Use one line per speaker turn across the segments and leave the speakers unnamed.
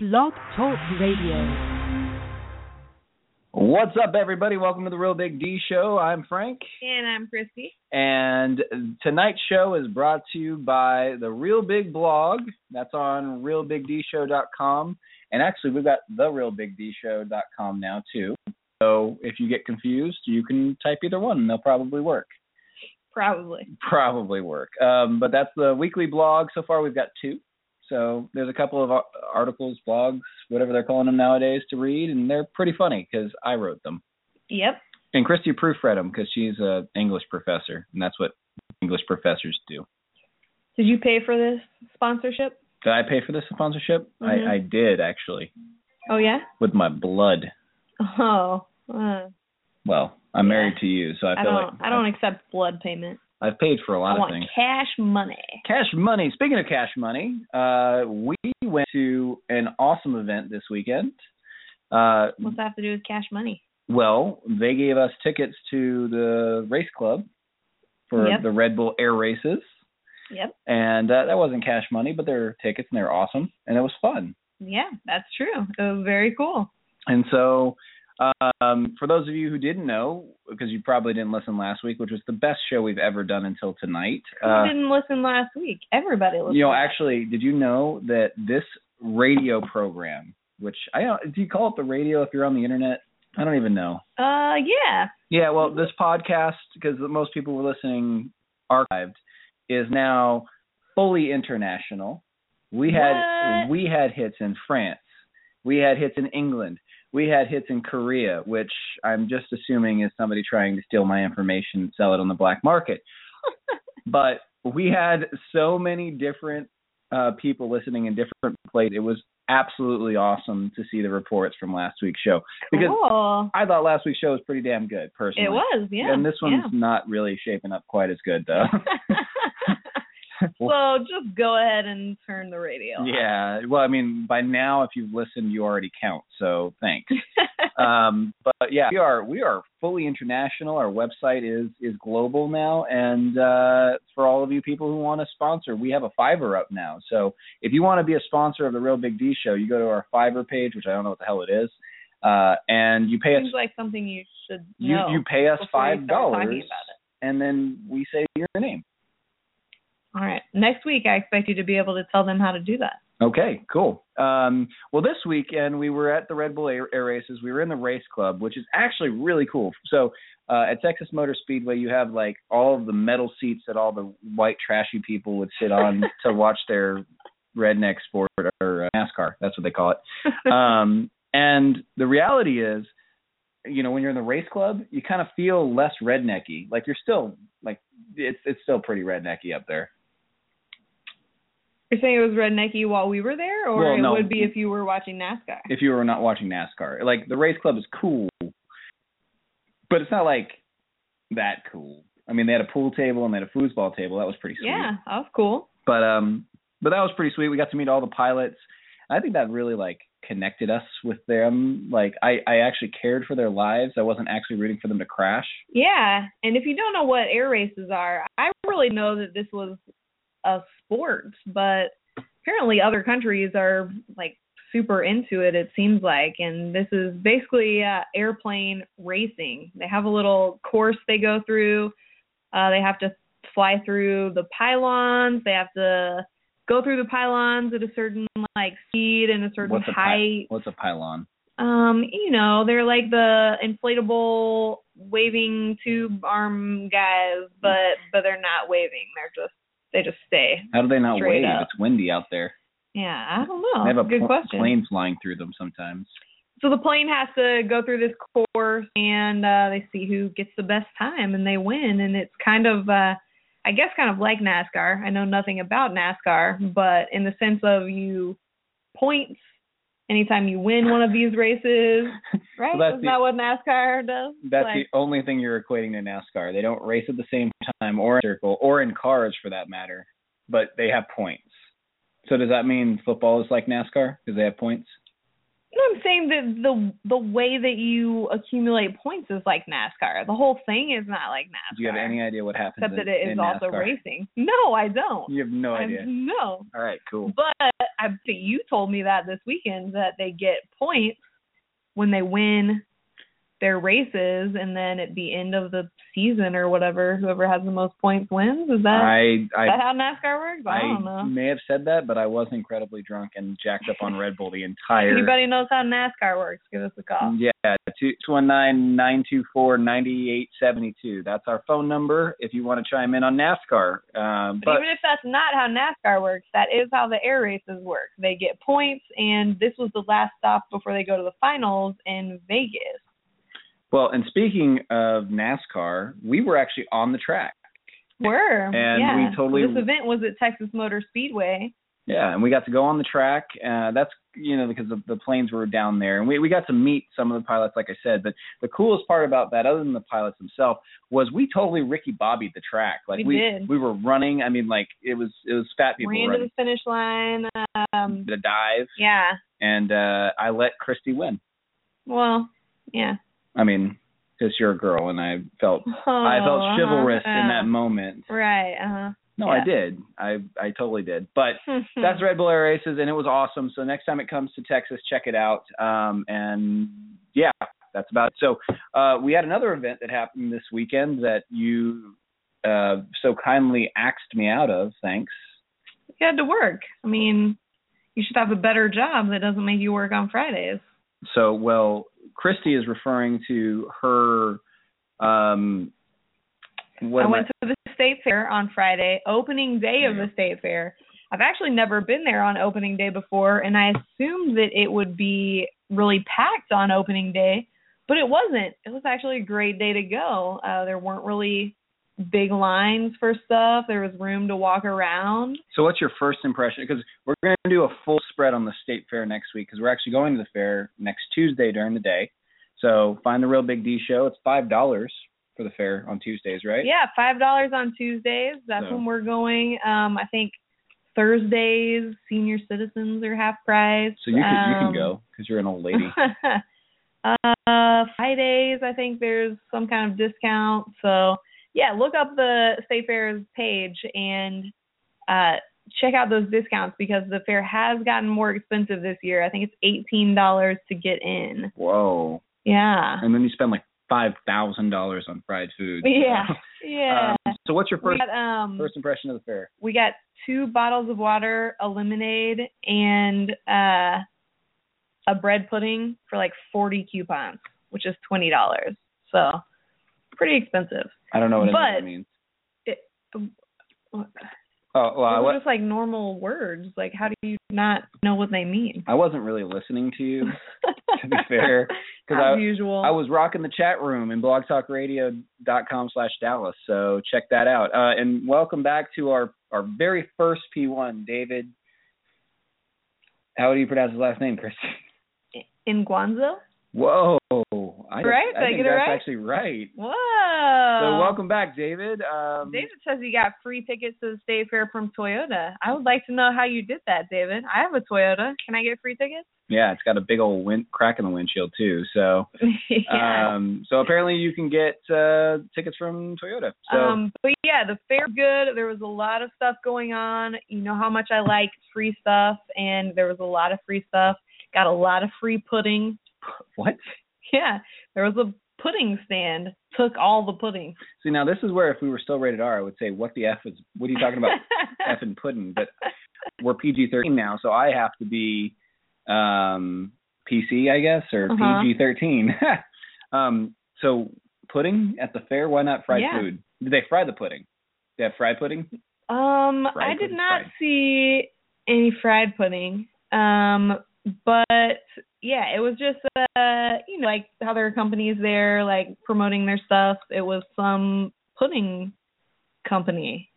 Blog Talk Radio.
What's up, everybody? Welcome to the Real Big D Show. I'm Frank,
And I'm Christy.
and tonight's show is brought to you by the Real Big Blog. That's on realbigdshow.com. And actually, we've got the realbigdshow.com now, too. So if you get confused, you can type either one, and they'll probably work.
Probably.
Probably work. Um, but that's the weekly blog. So far, we've got two. So there's a couple of ar- articles, blogs, whatever they're calling them nowadays, to read, and they're pretty funny because I wrote them.
Yep.
And Christy proofread them because she's a English professor, and that's what English professors do.
Did you pay for this sponsorship?
Did I pay for this sponsorship?
Mhm.
I, I did actually,
Oh yeah.
with my blood.
Oh. Uh,
Well, I'm married to you, so I
I
feel
don't.
like
I don't accept blood payment.
I've, I've paid for a lot
I
of
want
things.
cash money.
Cash money. Speaking of cash money, uh, we went to an awesome event this weekend. Uh,
What's that have to do with cash money?
well, they gave us tickets to the race club for
Yep.
the Red Bull Air races.
Yep.
and uh, that wasn't cash money, but there were tickets and they were awesome, and it was fun.
Yeah, that's true. It was very cool.
And so, um, for those of you who didn't know, because you probably didn't listen last week, which was the best show we've ever done until tonight.
Who
Uh,
didn't listen last week? Everybody listened.
you know, actually, did you know that this radio program, which I don't, do you call it the radio if you're on the internet? I don't even know.
Uh, yeah.
Yeah, well, this podcast, because most people were listening archived, is now fully international. We had
What?
we had hits in France. We had hits in England. We had hits in Korea, which I'm just assuming is somebody trying to steal my information and sell it on the black market. but we had so many different uh, people listening in different places. It was absolutely awesome to see the reports from last week's show because
cool.
I thought last week's show was pretty damn good, personally.
It was. Yeah.
And this one's not really shaping up quite as good, though.
yeah. so just go ahead and turn the radio.
yeah. Well, I mean, by now, if you've listened, you already count. So thanks. um, but yeah, we are we are fully international. Our website is is global now, and uh, for all of you people who want to sponsor, we have a Fiverr up now. So if you want to be a sponsor of the Real Big D Show, you go to our Fiverr page, which I don't know what the hell it is, uh, and you pay us
Seems like something you should
you
know.
you pay us
before you
five
start talking
dollars
about it.
and then we say your name
All right. Next week, I expect you to be able to tell them how to do that.
okay cool um, well this weekend we were at the red bull air, air races we were in the race club which is actually really cool so uh, at texas motor speedway you have like all of the metal seats that all the white trashy people would sit on to watch their redneck sport or uh, nascar that's what they call it um, and the reality is, you know, when you're in the race club, you kind of feel less rednecky. Like you're still like it's it's still pretty rednecky up there.
You're saying it was rednecky while we were there, or
Well,
it
no.
would be if you were watching NASCAR.
If you were not watching NASCAR, like the race club is cool, but it's not like that cool. I mean, they had a pool table and they had a foosball table. That was pretty sweet.
yeah, that was cool.
But um, but that was pretty sweet. We got to meet all the pilots. I think that really like connected us with them. Like I I actually cared for their lives. I wasn't actually rooting for them to crash.
Yeah, and if you don't know what air races are, I really know that this was a sport, but apparently other countries are like super into it. It seems like, and this is basically uh, airplane racing. They have a little course they go through. Uh, they have to fly through the pylons. They have to go through the pylons at a certain like speed and a certain
What's a pi-
height.
What's a pylon?
Um, you know, they're like the inflatable waving tube arm guys, but but they're not waving. They're just they just stay.
How do they not
Straight
wave?
up.
It's windy out there.
Yeah, I don't know.
they have a
Good
pl-
question.
plane flying through them sometimes.
So the plane has to go through this course, and uh, they see who gets the best time, and they win. And it's kind of, uh, I guess, kind of like NASCAR. I know nothing about NASCAR, but in the sense of you points anytime you win one of these races, right?
Well, that's
Isn't
the-
that what NASCAR does?
That's
Like-
the only thing you're equating to NASCAR. They don't race at the same time or in a circle or in cars for that matter, but they have points. So does that mean football is like NASCAR because they have points?
No, I'm saying that the the way that you accumulate points is like NASCAR. The whole thing is not like NASCAR.
Do you have any idea what happens?
except
in,
that it is
in
also
NASCAR?
racing. No, I don't.
You have no
I-
idea.
no.
All right, cool.
But I but you told me that this weekend that they get points when they win their races and then at the end of the season or whatever, whoever has the most points wins. Is that
I I
is that how NASCAR works? I, don't
I
know.
may have said that, but I was incredibly drunk and jacked up on Red Bull the entire.
Anybody knows how NASCAR works, give us a call.
Yeah, two two one nine nine two four ninety eight seventy two. That's our phone number if you want to chime in on NASCAR. Um,
But,
but
even if that's not how NASCAR works, that is how the air races work. They get points, and this was the last stop before they go to the finals in Vegas.
well, and speaking of NASCAR, we were actually on the track.
Were
And
yeah.
we totally-
this event was at Texas Motor Speedway.
Yeah, and we got to go on the track. Uh, that's you know because the, the planes were down there, and we we got to meet some of the pilots, like I said. But the coolest part about that, other than the pilots themselves, was we totally Ricky Bobbied the track. Like
We
we
did.
we were running. I mean, like it was it was fat people
ran to
running.
the finish line. Um,
Did a dive,
yeah.
and uh, I let Christy win.
Well, yeah.
I mean, because you're a girl, and I felt I felt
Oh,
chivalrous
uh-huh,
in that moment.
yeah. Right. Uh
No,
yeah. Hmm.
I did. I I totally did. But
huh.
that's Red Bull Air Races, and it was awesome. So next time it comes to Texas, check it out. Um, and yeah, that's about it. So uh, we had another event that happened this weekend that you uh, so kindly axed me out of. Thanks.
You had to work. I mean, you should have a better job that doesn't make you work on Fridays.
So well, Christy is referring to her. Um, what
I
am
went to the state fair on Friday, opening day of the state fair. I've actually never been there on opening day before, and I assumed that it would be really packed on opening day, but it wasn't. It was actually a great day to go. Uh, there weren't really big lines for stuff. There was room to walk around.
So, what's your first impression? Because we're going to do a full spread on the state fair next week because we're actually going to the fair next Tuesday during the day. So, find the Real Big D show. It's five dollars for the fair on Tuesdays, right?
Yeah, five dollars on Tuesdays. That's
So-
when we're going. Um, I think Thursdays senior citizens are half price.
So you can you
Um,
can go because you're an old lady.
uh, Fridays, I think there's some kind of discount. So yeah, look up the State Fair's page and uh, check out those discounts because the fair has gotten more expensive this year. I think it's eighteen dollars to get in.
Whoa!
Yeah.
And then you spend like five thousand dollars on fried food.
Yeah. Yeah.
Um, so, what's your
we
first
got um
first impression of the fair?
we got two bottles of water, a lemonade, and uh a bread pudding for like forty coupons, which is twenty dollars. So pretty expensive.
I don't know what any of
but-
that means.
Those
Oh, well, I,
are
wa-
just like normal words. Like how do you not know what they mean?
I wasn't really listening to you to be fair
As
because I
usual.
I was rocking the chat room in blogtalkradio.com slash Dallas. So check that out. Uh, and welcome back to our, our very first P1, David. How do you pronounce his last name, Chris?
in Guanzo?
Whoa. I,
Right? Did
I
I
think
get it
that's
right?
actually right.
Whoa.
so welcome back, David. Um,
David says he got free tickets to the state fair from Toyota. I would like to know how you did that, David. I have a Toyota. Can I get free tickets?
Yeah, it's got a big old wind, crack in the windshield, too. So
yeah.
um, so apparently you can get uh, tickets from Toyota. So
um, but yeah, the fair was good. There was a lot of stuff going on. You know how much I like free stuff, and there was a lot of free stuff. Got a lot of free pudding.
what?
Yeah, there was a pudding stand. Took all the pudding.
See, now this is where if we were still rated R, I would say, what the F is, what are you talking about? effing pudding, but we're PG thirteen now, so I have to be um PC, I guess, or
Uh-huh.
PG thirteen. um, so pudding at the fair, why not fried
Yeah.
food? Did they fry the pudding? They have fried pudding?
Um,
Fried
I did
pudding,
not
fried.
see any fried pudding. Um, but yeah, it was just uh, you know, like how there are companies there like promoting their stuff. It was some pudding company.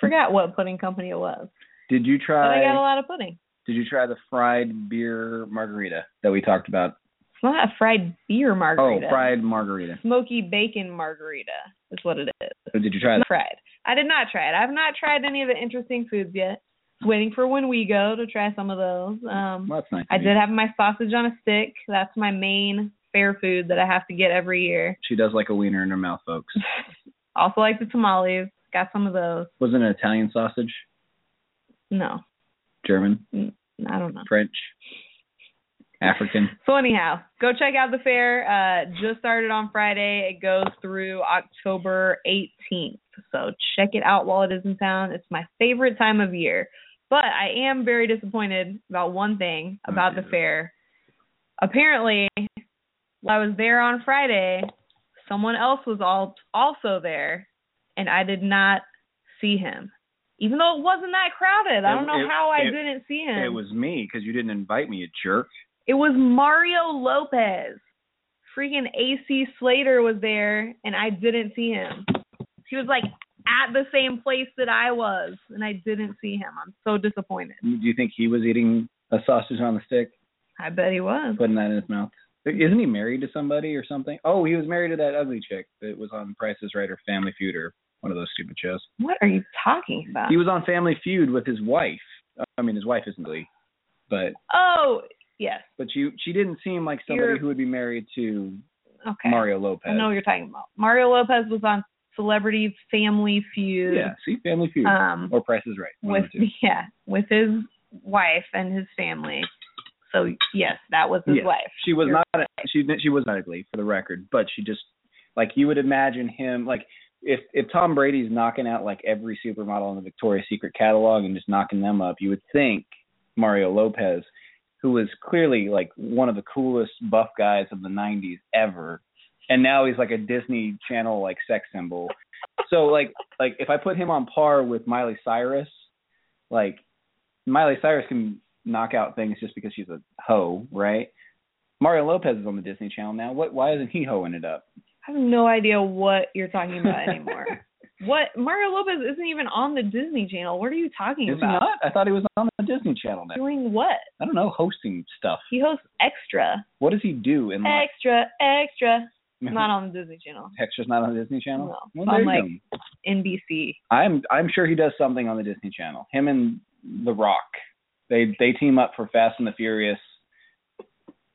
Forgot what pudding company it was,
Did you
but I got
try
a lot of pudding.
did you try the fried beer margarita that we talked about?
It's not a fried beer margarita.
Oh, fried margarita.
Smoky bacon margarita is what it is.
Or did you try that?
Fried. I did not try it. I've not tried any of the interesting foods yet. waiting for when we go to try some of those. Um,
Well, that's nice.
I
of you.
did have my sausage on a stick. That's my main fair food that I have to get every year.
She does like a wiener in her mouth, folks.
Also like the tamales. Got some of those.
Was it an Italian sausage?
No,
German?
I don't know.
French? African?
So anyhow, go check out the fair. Uh, just started on Friday. It goes through October 18th. So check it out while it is in town. It's my favorite time of year. But I am very disappointed about one thing
Oh,
about the
dear.
fair. Apparently, while I was there on Friday, someone else was all, also there, and I did not see him. Even though it wasn't that crowded, I
It-
don't know
it-
how I
it-
didn't see him.
It was me because you didn't invite me, you jerk.
It was Mario Lopez. Freaking AC Slater was there, and I didn't see him. He was like at the same place that I was, and I didn't see him. I'm so disappointed.
Do you think he was eating a sausage on the stick,
I bet he was.
putting that in his mouth? Isn't he married to somebody or something? Oh, he was married to that ugly chick that was on Price is Right or Family Feud or one of those stupid shows.
What are you talking about?
He was on Family Feud with his wife. I mean, his wife isn't ugly, but
oh, yes.
but you she didn't seem like somebody
You're-
who would be married to
Okay.
Mario Lopez.
I know what you're talking about. Mario Lopez was on Celebrity Family Feud.
Yeah, see, Family Feud
Um,
or Price is Right. one
with
of the two.
yeah, with his wife and his family. So yes, that was his
Yes.
wife.
She was
You're
not she she was not ugly for the record, but she just like you would imagine him like if if Tom Brady's knocking out like every supermodel in the Victoria's Secret catalog and just knocking them up, you would think Mario Lopez, who was clearly like one of the coolest buff guys of the '90s ever, and now he's like a Disney Channel like sex symbol. So like like if I put him on par with Miley Cyrus, like Miley Cyrus can knock out things just because she's a hoe, right? Mario Lopez is on the Disney Channel now. What? Why isn't he hoeing it up?
I have no idea what you're talking about anymore. what Mario Lopez isn't even on the Disney Channel. What are you talking
Is he
about?
not? I thought he was on the Disney Channel now.
Doing what?
I don't know, hosting stuff.
He hosts Extra,
What does he do in life?
Extra, Extra. Not on the Disney Channel.
Extra's not on the Disney Channel.
No.
Well,
So
there
I'm
you
like-
go.
NBC.
I'm I'm sure he does something on the Disney Channel. Him and The Rock, they they team up for Fast and the Furious.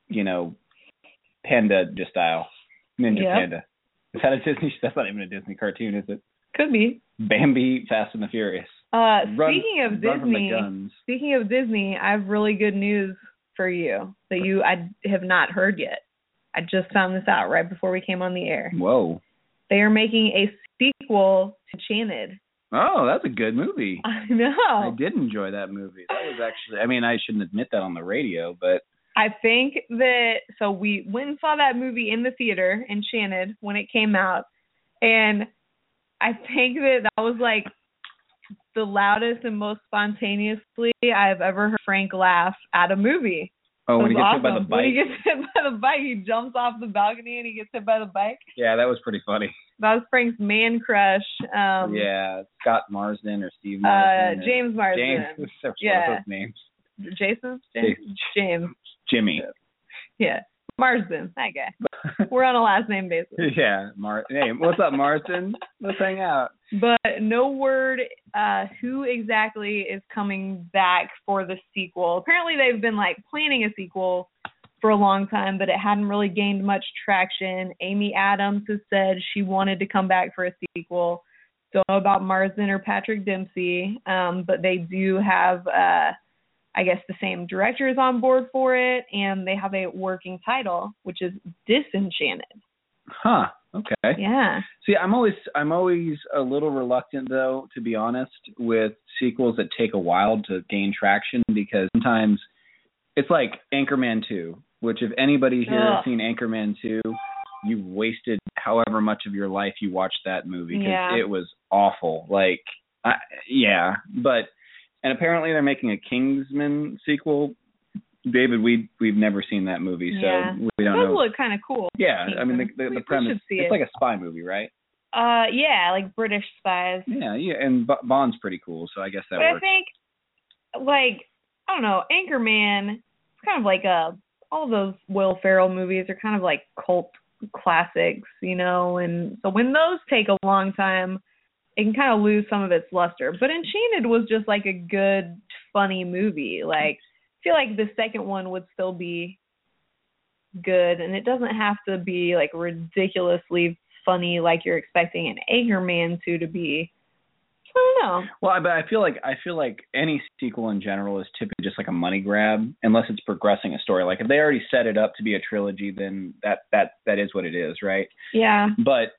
You know, panda just style, ninja
Yeah.
panda. Is that a Disney? That's not even a Disney cartoon, is it?
Could be.
Bambi, Fast and the Furious.
Uh,
Run-
speaking of
run from the
Disney,
guns.
speaking of Disney, I have really good news for you that you I have not heard yet. I just found this out right before we came on the air.
Whoa!
They are making a sequel to Enchanted.
Oh, that's a good movie.
I know.
I did enjoy that movie. That was actually I mean, I shouldn't admit that on the radio, but
I think that so we went and saw that movie in the theater, Enchanted, when it came out, and I think that that was like the loudest and most spontaneously I've ever heard Frank laugh at a movie.
oh, when
It
he gets
was
hit by the
awesome.
bike.
When he gets hit by the bike, he jumps off the balcony and he gets hit by the bike.
yeah, that was pretty funny.
That was Frank's man crush. Um,
yeah, Scott Marsden or Steve
Uh,
Marsden. or-
James Marsden.
James. That's
Yeah.
one of those names.
Jason. James. James.
Jimmy.
Yeah. Marsden. That guy. We're on a last name basis.
yeah, Mar. Hey, what's up, Marsden? Let's hang out.
but no word uh who exactly is coming back for the sequel. Apparently they've been like planning a sequel for a long time, but it hadn't really gained much traction. Amy Adams has said she wanted to come back for a sequel. Don't know about Marsden or Patrick Dempsey, um, but they do have uh I guess the same director is on board for it and they have a working title, which is Disenchanted.
Huh. Okay.
Yeah.
See, I'm always I'm always a little reluctant though, to be honest, with sequels that take a while to gain traction because sometimes it's like Anchorman 2, which if anybody here has
Ugh.
seen Anchorman 2, you wasted however much of your life you watched that movie because
Yeah.
it was awful. Like, I, yeah, but and apparently they're making a Kingsman sequel. David, we we've never seen that movie, so
Yeah.
we don't
It does
know.
look kind of cool.
Yeah, I mean the
Kingsman.
the,
We-
the
we
premise.
should see
it's
it.
like a spy movie, right?
Uh, yeah, like British spies.
Yeah, yeah, and B- Bond's pretty cool, so I guess that
but I
works.
think, like, I don't know, Anchorman. It's kind of like a all those Will Ferrell movies are kind of like cult classics, you know. And so when those take a long time, it can kind of lose some of its luster. But Enchanted was just like a good, funny movie. Like I feel like the second one would still be good, and it doesn't have to be like ridiculously funny like you're expecting an Anchorman to to be. I don't know.
Well, I, but I feel like I feel like any sequel in general is typically just like a money grab, unless it's progressing a story. Like if they already set it up to be a trilogy, then that that that is what it is, right?
Yeah.
But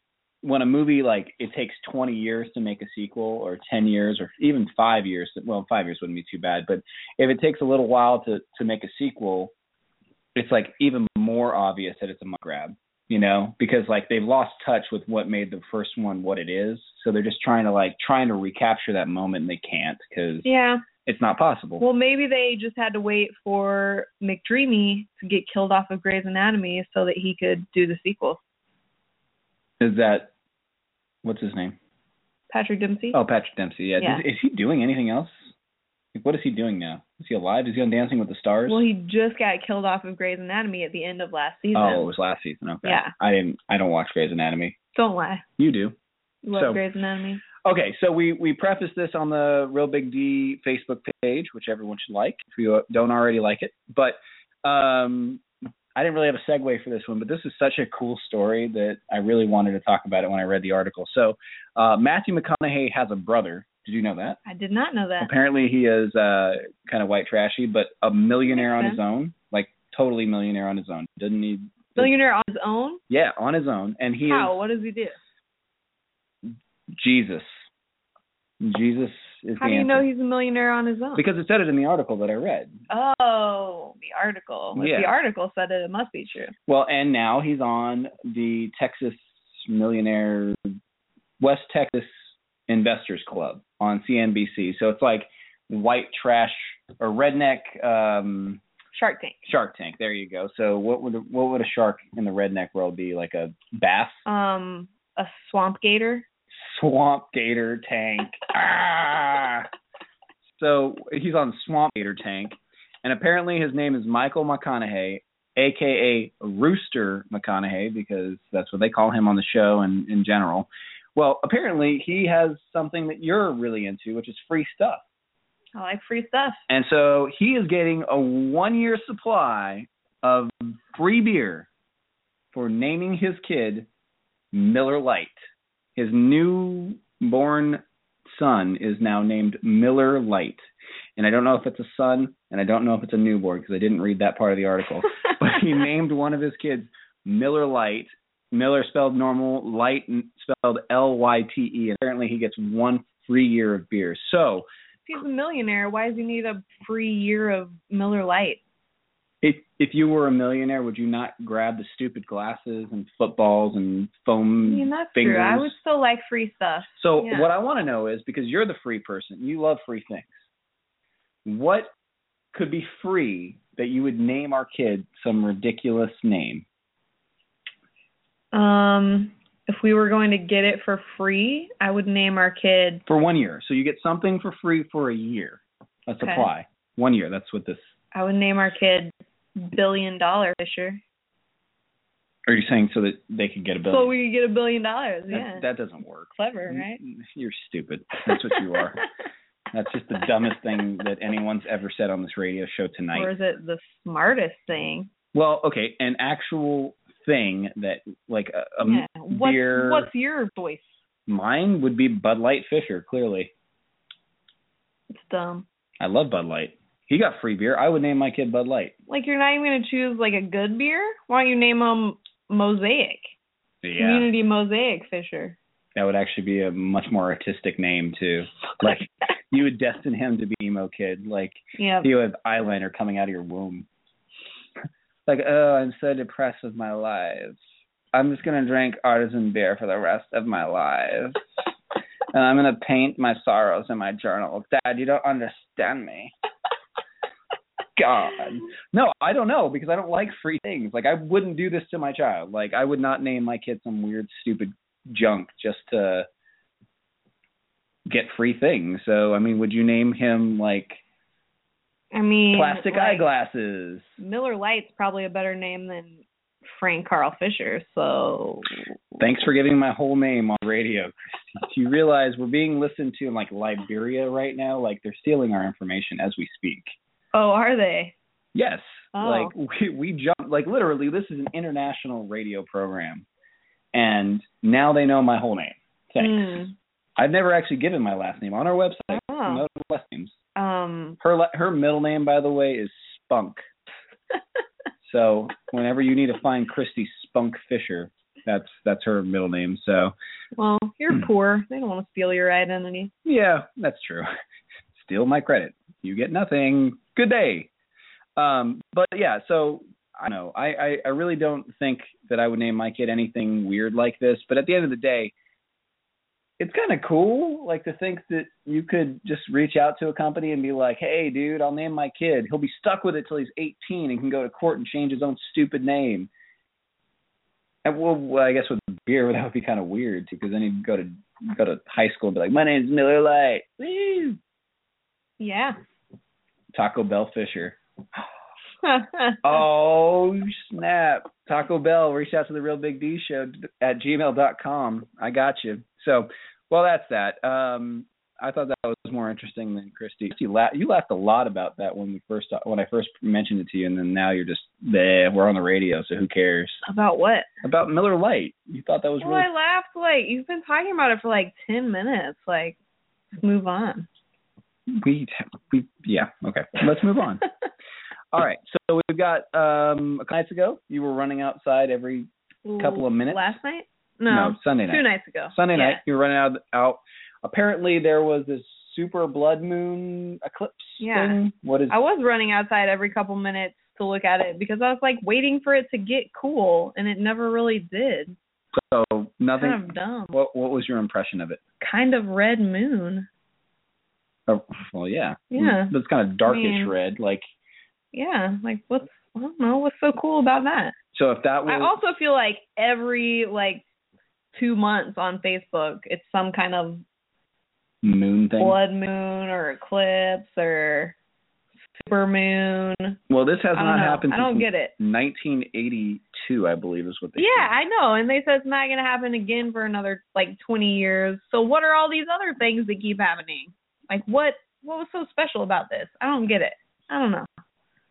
when a movie like it takes 20 years to make a sequel, or 10 years, or even five years. Well, five years wouldn't be too bad, but if it takes a little while to to make a sequel, it's like even more obvious that it's a money grab you know because like they've lost touch with what made the first one what it is so they're just trying to like trying to recapture that moment and they can't because
Yeah.
it's not possible
Well, maybe they just had to wait for McDreamy to get killed off of Grey's Anatomy so that he could do the sequel.
is that what's his name
Patrick Dempsey.
oh patrick dempsey yeah,
Yeah.
Is, is he doing anything else like what is he doing now is he alive is he on dancing with the stars
Well, he just got killed off of Grey's Anatomy at the end of last season.
oh it was last season okay
Yeah.
i didn't i don't watch gray's anatomy
Don't lie.
you do
You love
So-
Grey's Anatomy.
Okay, so we we preface this on the Real Big D Facebook page, which everyone should like if you don't already like it. But um, I didn't really have a segue for this one, but this is such a cool story that I really wanted to talk about it when I read the article. So uh, Matthew McConaughey has a brother. Did you know that?
I did not know that.
Apparently, he is uh, kind of white trashy, but a millionaire on
Makes
his own, like totally millionaire on his own. Doesn't need
Millionaire on his own?
yeah on his own, and he
How?
is
What does he do?
Jesus. Jesus is
How
the
do you
answer.
know he's a millionaire on his own?
Because it said it in the article that I read.
oh, the article. If
Yeah.
the article said it, it must be true.
Well, and now he's on the Texas Millionaire West Texas Investors Club on CNBC. So it's like white trash or redneck um
Shark Tank.
Shark Tank. There you go. So what would what would a shark in the redneck world be? Like a bass,
Um, a swamp gator.
swamp gator tank. ah! So he's on Swamp Gator Tank, and apparently his name is Michael McConaughey, aka Rooster McConaughey, because that's what they call him on the show and in general. Well, apparently he has something that you're really into, which is free stuff.
I like free stuff.
And so he is getting a one year supply of free beer for naming his kid Miller Lite. His newborn son is now named Miller Lite. And I don't know if it's a son and I don't know if it's a newborn because I didn't read that part of the article. but he named one of his kids Miller Lite. Miller spelled normal, Light spelled L Y T E. And apparently he gets one free year of beer. So
If he's a millionaire, why does he need a free year of Miller Lite?
If if you were a millionaire, would you not grab the stupid glasses and footballs and
I
foam
mean, that's
fingers?
true. I would still like free stuff.
so
yeah.
what I want to know is because you're the free person, you love free things. What could be free that you would name our kid some ridiculous name?
Um, if we were going to get it for free, I would name our kid.
For one year. So you get something for free for a year. A
Okay.
supply. One year. That's what this
I would name our kid Billion Dollar Fisher.
are you saying so that they could get a bill?
So we could get a billion dollars. Yeah,
that, that doesn't work.
clever, right?
You're stupid. That's what you are. That's just the dumbest thing that anyone's ever said on this radio show tonight.
Or is it the smartest thing?
Well, okay, an actual thing that like a, a
yeah. What's,
beer.
what's your voice?
mine would be Bud Light Fisher. Clearly,
It's dumb.
I love Bud Light. He got free beer. I would name my kid Bud Light.
Like you're not even gonna choose like a good beer. Why don't you name him Mosaic? Community Mosaic Fisher.
that would actually be a much more artistic name too. Like you would destine him to be emo kid. Like
yeah.
you have eyeliner coming out of your womb. Like, oh, I'm so depressed with my life. I'm just gonna drink artisan beer for the rest of my life. And I'm gonna paint my sorrows in my journal. Dad, you don't understand me. God. No, I don't know because I don't like free things. Like I wouldn't do this to my child. Like I would not name my kid some weird stupid junk just to get free things. So I mean, would you name him like
I mean,
plastic
like,
eyeglasses.
Miller Lite's probably a better name than Frank Carl Fisher. So
Thanks for giving my whole name on radio, Christy. Do you realize we're being listened to in like Liberia right now? Like they're stealing our information as we speak.
Oh, are they?
Yes.
Oh.
Like we we jump like literally this is an international radio program. And now they know my whole name. Thanks. I've never actually given my last name on our website.
Hmm.
No
Oh.
last names.
Um.
Her la- her middle name by the way is Spunk. So whenever you need to find Christy Spunk Fisher, that's that's her middle name. So
well, you're
Hmm.
poor. They don't want to steal your identity.
Yeah, that's true. Steal my credit. You get nothing. Good day. Um, but yeah, so I don't know. I, I, I really don't think that I would name my kid anything weird like this, but at the end of the day, it's kind of cool, like to think that you could just reach out to a company and be like, "Hey, dude, I'll name my kid. He'll be stuck with it till he's 18 and can go to court and change his own stupid name." And well, well I guess with beer, that would be kind of weird too, because then he'd go to go to high school and be like, "My name's Miller Lite." Woo!
Yeah.
Taco Bell Fisher.
oh.
Oh snap! Taco Bell, reach out to the Real Big D Show at gmail.com. I got you. So, well, that's that. Um, I thought that was more interesting than Christy. Christy la- you laughed a lot about that when we first when I first mentioned it to you, and then now you're just there. We're on the radio, so who cares
About what?
about Miller Lite? You thought that was
Well,
really
I laughed. Like you've been talking about it for like ten minutes. Like, let's move on.
we we yeah okay. Let's move on. All right. So we've got um a couple nights ago. You were running outside every couple of minutes.
Last night? No.
Sunday
two
night.
nights ago.
Sunday
Yeah.
night. You were running out out. Apparently there was this super blood moon eclipse
Yeah.
thing. What is
I was running outside every couple minutes to look at it because I was like waiting for it to get cool, and it never really did.
so nothing
Kind of dumb.
what what was your impression of it?
Kind of red moon.
Oh, well yeah.
Yeah.
It's kind of darkish
mean-
red. Like
Yeah, like what's I don't know what's so cool about that.
so if that was
I also feel like every like two months on Facebook, it's some kind of
moon thing.
blood moon or eclipse or super moon.
Well this has
I don't
not
know.
happened
I
since
don't get it.
nineteen eighty two, I believe is what they
Yeah,
said.
I know. And they said it's not going to happen again for another like 20 years. So what are all these other things that keep happening? Like what what was so special about this? I don't get it. I don't know.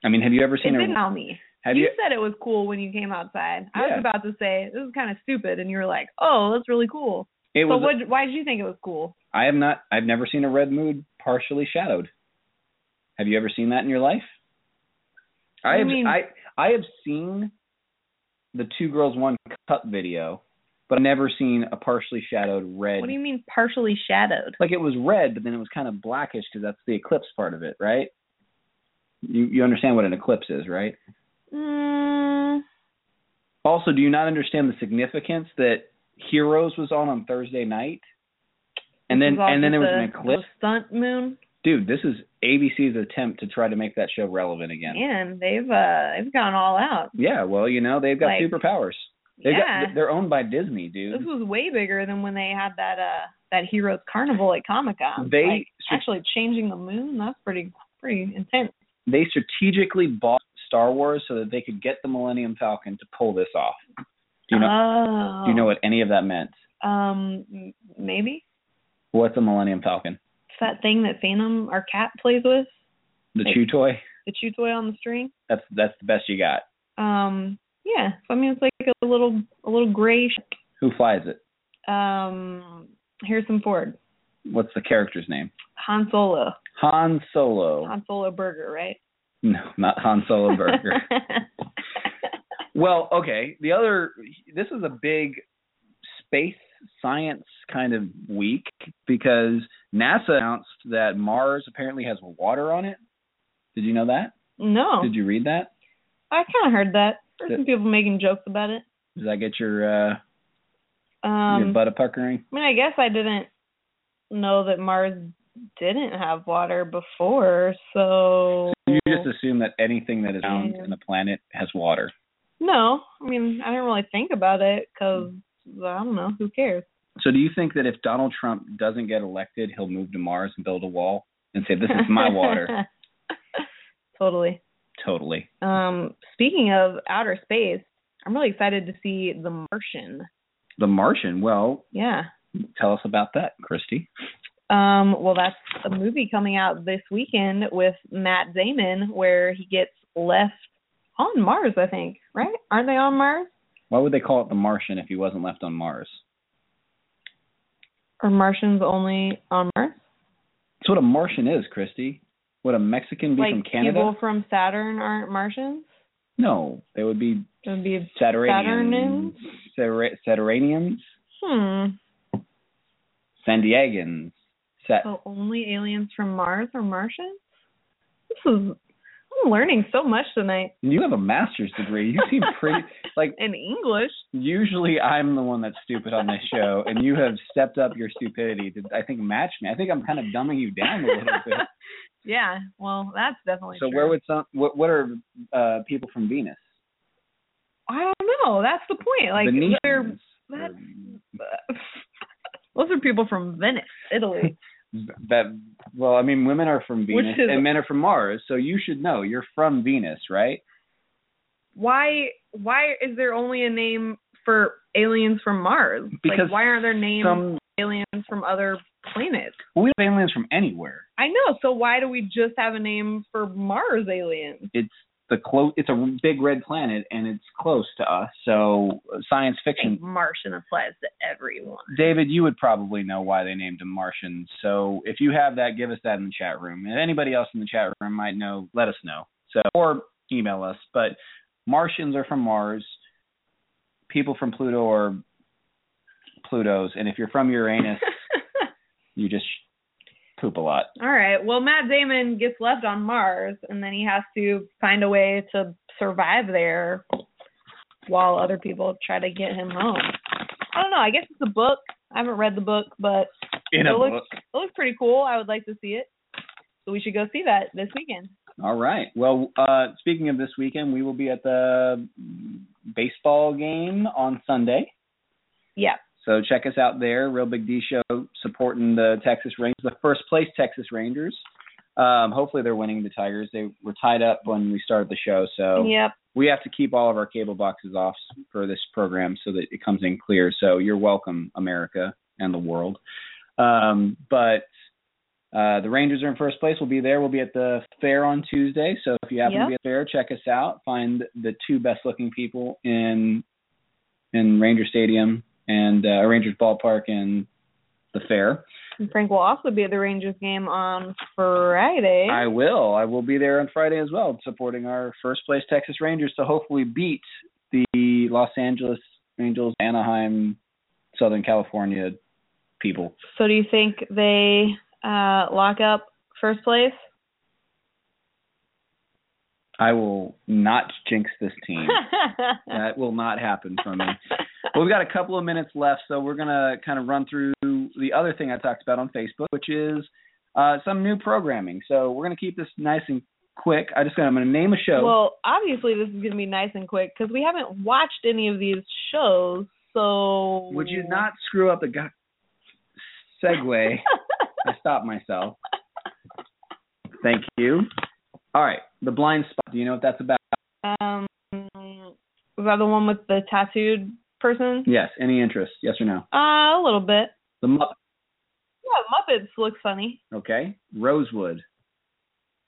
I mean have you ever
It
seen
didn't
a
all me.
have
you,
you
said it was cool when you came outside. I
Yeah.
was about to say this is kind of stupid and you were like, "Oh, that's really cool."
it
So
was
what why did you think it was cool?
I have not. I've never seen a red moon partially shadowed. Have you ever seen that in your life?
What do
I have.
you mean?
I I have seen the two girls one cup video, but I've never seen a partially shadowed red.
What do you mean partially shadowed?
like it was red, but then it was kind of blackish because that's the eclipse part of it, right? You you understand what an eclipse is, right?
Mm,
Also, do you not understand the significance that Heroes was on on Thursday night, and then
this is all
and then there was
just
an
a-
eclipse.
a stunt moon.
dude, this is ABC's attempt to try to make that show relevant again.
Man, they've uh they've gone all out.
Yeah, well, you know, they've got
Like-
superpowers. They
yeah.
got they're owned by Disney,
this
dude.
was way bigger than when they had that uh that Heroes Carnival at Comic Con.
They-
like, actually changing the moon. That's pretty pretty intense.
They strategically bought Star Wars so that they could get the Millennium Falcon to pull this off. Do you know
oh,
do you know what any of that meant?
Um, m- maybe
What's a Millennium Falcon?
it's that thing that Phantom our cat plays with
The
Like-
chew toy?
the chew toy on the string.
That's that's the best you got.
Um, yeah. So I mean, it's like a little a little gray. sh-
Who flies it?
Um, Harrison Ford,
What's the character's name?
Han Solo,
Han Solo.
Han Solo burger, right?
no, not Han Solo Burger. Well, okay. The other, this is a big space science kind of week because NASA announced that Mars apparently has water on it. Did you know that?
no,
Did you read that?
I kind of heard that. There's
That-
some people making jokes about it.
Does that get your uh, your
Um,
butt a puckering?
I mean, I guess I didn't know that Mars didn't have water before, so
You just assume that anything that is found
Yeah.
in the planet has water.
no. I mean, I didn't really think about it because I don't know. Who cares?
So, do you think that if Donald Trump doesn't get elected, he'll move to Mars and build a wall and say, "This is my water"?
totally.
totally.
Um, speaking of outer space, I'm really excited to see The Martian.
The Martian. Well,
Yeah.
tell us about that, Christy.
Um, well, that's a movie coming out this weekend with Matt Damon where he gets left on Mars, I think, right? Aren't they on Mars?
Why would they call it The Martian if he wasn't left on Mars?
Or Martians only on Mars?
That's what a Martian is, Christy. Would a Mexican be
like
from Canada?
people from Saturn aren't Martians?
No, they would be
It would be
Saturanians. Satur- Saturanians,
hmm.
San Diegans. Sat-
So only aliens from Mars are Martians? This is I'm learning so much tonight
You have a master's degree. You seem pretty like
in English.
usually I'm the one that's stupid on this show, and you have stepped up your stupidity to I think match me. I think I'm kind of dumbing you down a little bit.
yeah, well, that's definitely
So
true.
where would some what what are uh people from Venus?
I don't know. That's the point. Like they're
Venetians.
that- those are people from Venice, Italy.
that well, I mean, women are from Venus
is-
and men are from Mars, so you should know you're from Venus, right?
why why is there only a name for aliens from Mars?
Because
like why aren't there names
Some
aliens from other planets?
we have aliens from anywhere.
I know. So why do we just have a name for Mars aliens?
It's the close. It's a big red planet, and it's close to us. So uh, science
I
fiction.
think Martian applies to everyone.
David, you would probably know why they named him Martian. So if you have that, give us that in the chat room. And anybody else in the chat room might know, let us know. So or email us. But Martians are from Mars. People from Pluto are Pluto's. And if you're from Uranus, you just poop a lot.
All right. Well, Matt Damon gets left on Mars, and then he has to find a way to survive there while other people try to get him home. I don't know. I guess it's a book. I haven't read the book, but
In
it looks it looks pretty cool. I would like to see it. So we should go see that this weekend.
All right. Well, uh, speaking of this weekend, we will be at the baseball game on Sunday.
Yeah.
So check us out there. Real Big D Show supporting the Texas Rangers, the first place Texas Rangers. Um, hopefully they're winning the Tigers. They were tied up when we started the show, so
Yep.
we have to keep all of our cable boxes off for this program so that it comes in clear. So you're welcome, America and the world. Um, but uh, the Rangers are in first place. We'll be there. We'll be at the fair on Tuesday. So if you happen
Yeah.
to be at the fair, check us out. Find the two best looking people in in Ranger Stadium and uh, Rangers Ballpark and the fair.
And Frank will also be at the Rangers game on Friday.
I will. I will be there on Friday as well, supporting our first place Texas Rangers to hopefully beat the Los Angeles Angels, Anaheim, Southern California people.
so do you think they uh, lock up first place?
I will not jinx this team. that will not happen from me. Well, we've got a couple of minutes left, so we're gonna kind of run through the other thing I talked about on Facebook, which is uh, some new programming. So we're gonna keep this nice and quick. I just gonna, I'm gonna name a show.
Well, obviously this is going to be nice and quick because we haven't watched any of these shows. So
Would you not screw up the go- segue? I stopped myself. Thank you. All right, the blind spot. Do you know what that's about?
um, was that the one with the tattooed person?
Yes. Any interest? Yes or no?
Uh, a little bit.
The Muppet.
Yeah, Muppets look funny.
Okay. Rosewood.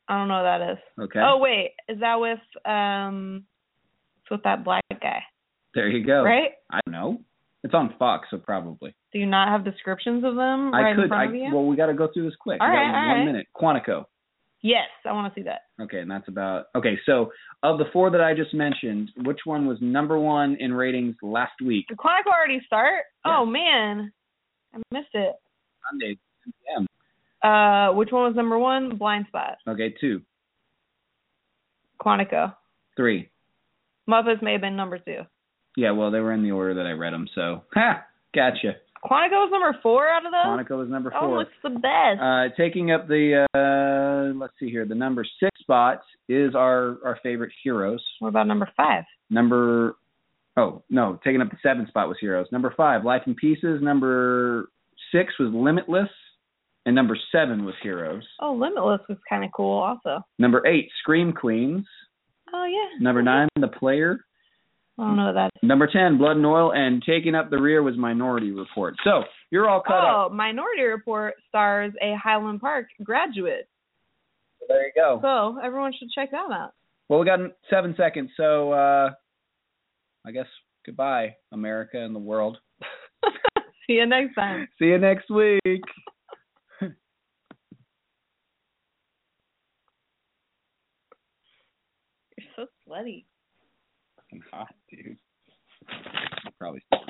I don't know what that is.
Okay.
Oh wait, is that with um, it's with that black guy,
there you go.
right?
I don't know. It's on Fox, so probably.
Do you not have descriptions of them right
I could.
in
I
front of you?
well, we got to go through this quick.
All
we got
right, all
one
right.
minute. Quantico.
yes, I want to see that.
Okay, and that's about. Okay, so of the four that I just mentioned, which one was number one in ratings last week?
Did Quantico already start? Oh man, I missed it.
Sunday, 10 p.m.
Uh, which one was number one? Blind Spot.
Okay, two,
Quantico.
three.
Muppets may have been number two.
Yeah, well, they were in the order that I read them, so ha, gotcha.
Quantico was number four out of those.
Monica was number
that one
four.
looks the best.
Uh, taking up the uh, let's see here, the number six spot is our our favorite heroes.
what about number five?
Number oh no, taking up the seven spot was heroes. Number five, life in pieces. Number six was limitless, and number seven was heroes.
Oh, Limitless was kind of cool also.
Number eight, scream queens.
Oh yeah.
Number nine, the player.
I don't know what that. is.
Number 10, Blood and Oil, and taking up the rear was Minority Report. So you're all caught up.
Oh, Minority Report stars a Highland Park graduate,
There you go.
so everyone should check that out.
Well, we got seven seconds, so uh, I guess goodbye, America and the world.
See you next time.
See you next week.
You're so slutty.
Fucking hot, dude. Probably still